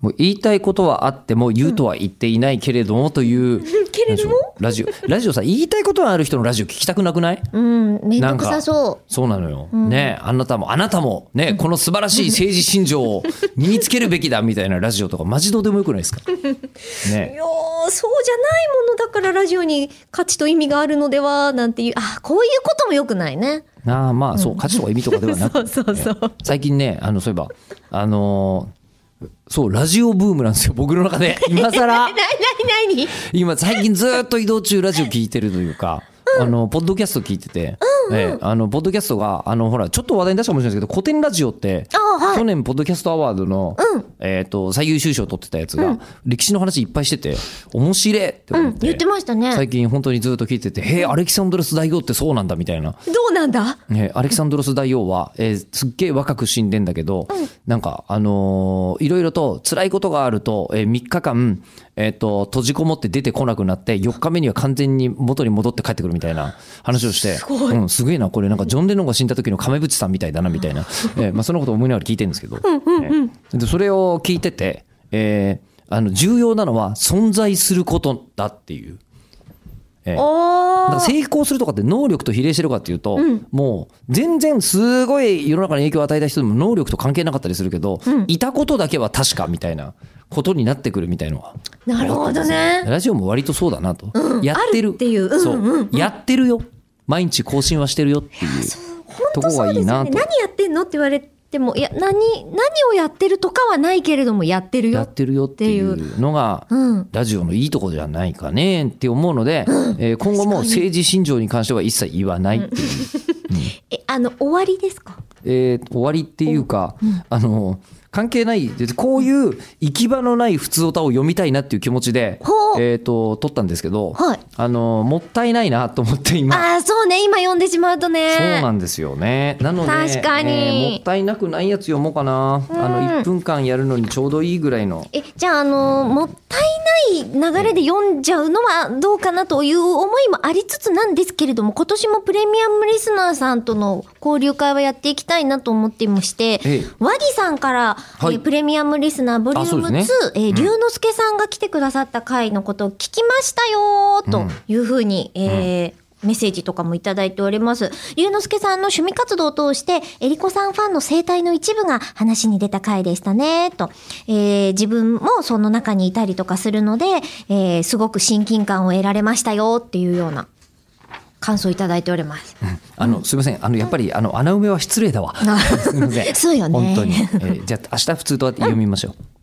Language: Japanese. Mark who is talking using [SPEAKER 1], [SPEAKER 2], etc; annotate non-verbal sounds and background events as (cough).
[SPEAKER 1] もう言いたいことはあっても言うとは言っていないけれどもという、
[SPEAKER 2] けれども
[SPEAKER 1] ラジオラジオラジオさ言いたいことのある人のラジオ聞きたくなくない
[SPEAKER 2] うん、めんどくさそ
[SPEAKER 1] そうなのよ、ねあなたもあなたもねこの素晴らしい政治信条を身につけるべきだみたいなラジオとかマジどうでもよくないです (laughs) か
[SPEAKER 2] う。い
[SPEAKER 1] ね
[SPEAKER 2] やーそうじゃないものだからラジオに価値と意味があるのではなんていうあこういうこともよくないね。
[SPEAKER 1] ああまあそう価値とか意味とかでは (laughs) な
[SPEAKER 2] そ
[SPEAKER 1] く
[SPEAKER 2] うそうそう。
[SPEAKER 1] 最近ねあのそういえばあのーそうラジオブームなんですよ僕の (laughs) 中で今更
[SPEAKER 2] なになになに
[SPEAKER 1] 今最近ずーっと移動中ラジオ聞いてるというか、あのポッドキャスト聞いてて、ええあのポッドキャストがあのほらちょっと話題に出したかもしれないですけど古典ラジオって、
[SPEAKER 2] あはい
[SPEAKER 1] 去年ポッドキャストアワードの、えー、と最優秀賞を取ってたやつが、歴史の話いっぱいしてて面白いって
[SPEAKER 2] う
[SPEAKER 1] 思っ
[SPEAKER 2] ん
[SPEAKER 1] て、
[SPEAKER 2] 言ってましたね
[SPEAKER 1] 最。近本当にずーっと聞いてて「へえアレキサンドロス大王ってそうなんだ」みたいな
[SPEAKER 2] どうなんだ
[SPEAKER 1] ね、アレキサンドロス大王は、えーすっげえ若く死んでんだけど、なんか、あのーいろいろと辛いことがあると、え3日間、えっ、と、閉じこもって出てこなくなって、4日目には完全に元に戻って帰ってくるみたいな話をして、す
[SPEAKER 2] ごい
[SPEAKER 1] うん、すげえな、これなんかジョン・レノンが死んだ時の亀渕さんみたいだな、みたいな。えーまあ、そのことを思いながら聞いてるんですけど、ねでそれを聞いてて、えーあの、重要なのは存在することだっていう。
[SPEAKER 2] お
[SPEAKER 1] だから
[SPEAKER 2] ー
[SPEAKER 1] 成功するとかって能力と比例してるかっていうと、もう全然すごい世の中に影響を与えた人でも能力と関係なかったりするけど、いたことだけは確かみたいなことになってくるみたいのは
[SPEAKER 2] なるほどね。
[SPEAKER 1] ラジオも割とそうだなと、やってる
[SPEAKER 2] あるっていううん
[SPEAKER 1] そう
[SPEAKER 2] うん
[SPEAKER 1] やってるよ毎日更新はしてるよっていうと
[SPEAKER 2] 本当
[SPEAKER 1] こ
[SPEAKER 2] そ
[SPEAKER 1] が
[SPEAKER 2] う
[SPEAKER 1] い
[SPEAKER 2] で
[SPEAKER 1] い
[SPEAKER 2] す
[SPEAKER 1] な
[SPEAKER 2] よね。
[SPEAKER 1] と
[SPEAKER 2] 何やってんのって言われてもいや何何をやってるとかはないけれどもやってるよ
[SPEAKER 1] やってるよってい
[SPEAKER 2] って
[SPEAKER 1] うのが、
[SPEAKER 2] うん
[SPEAKER 1] ラジオのいいとこじゃないかねって思うので、えー今後も政治信条に関しては一切言わないっていう
[SPEAKER 2] えあの終わりですか。
[SPEAKER 1] えー終わりっていうか、あの関係ないでこういう行き場のない普通歌を読みたいなっていう気持ちで
[SPEAKER 2] ほ、う
[SPEAKER 1] えー、と撮ったんですけど、
[SPEAKER 2] はい
[SPEAKER 1] あのもったいないなと思って今。
[SPEAKER 2] ああそうね今読んでしまうとね。
[SPEAKER 1] そうなんですよね。なので、
[SPEAKER 2] 確かに
[SPEAKER 1] えーもったいなくないやつ読もうかな。あの1分間やるのにちょうどいいぐらいの。
[SPEAKER 2] えじゃあ、あのもったいない流れで読んじゃうのはどうかなという思いもありつつなんですけれども今年もプレミアムリスナーさんとの交流会はやっていきたいなと思っていまして、
[SPEAKER 1] ええ
[SPEAKER 2] 和木さんから、
[SPEAKER 1] はい
[SPEAKER 2] えプレミアムリスナーボリューム2、
[SPEAKER 1] あそう
[SPEAKER 2] えー龍之介さんが来てくださった回のことを聞きましたよーというふうに、えーメッセージとかもいただいております。龍之介さんの趣味活動を通して、えりこさんファンの生態の一部が話に出た回でしたね、と。えー自分もその中にいたりとかするので、えーすごく親近感を得られましたよ、っていうような感想をいただいております。
[SPEAKER 1] あのすみません。あのやっぱりあ (laughs) の穴埋めは失礼だわ。すみません。
[SPEAKER 2] そうよね
[SPEAKER 1] 本当に。えーじゃあ明日普通と読みましょう。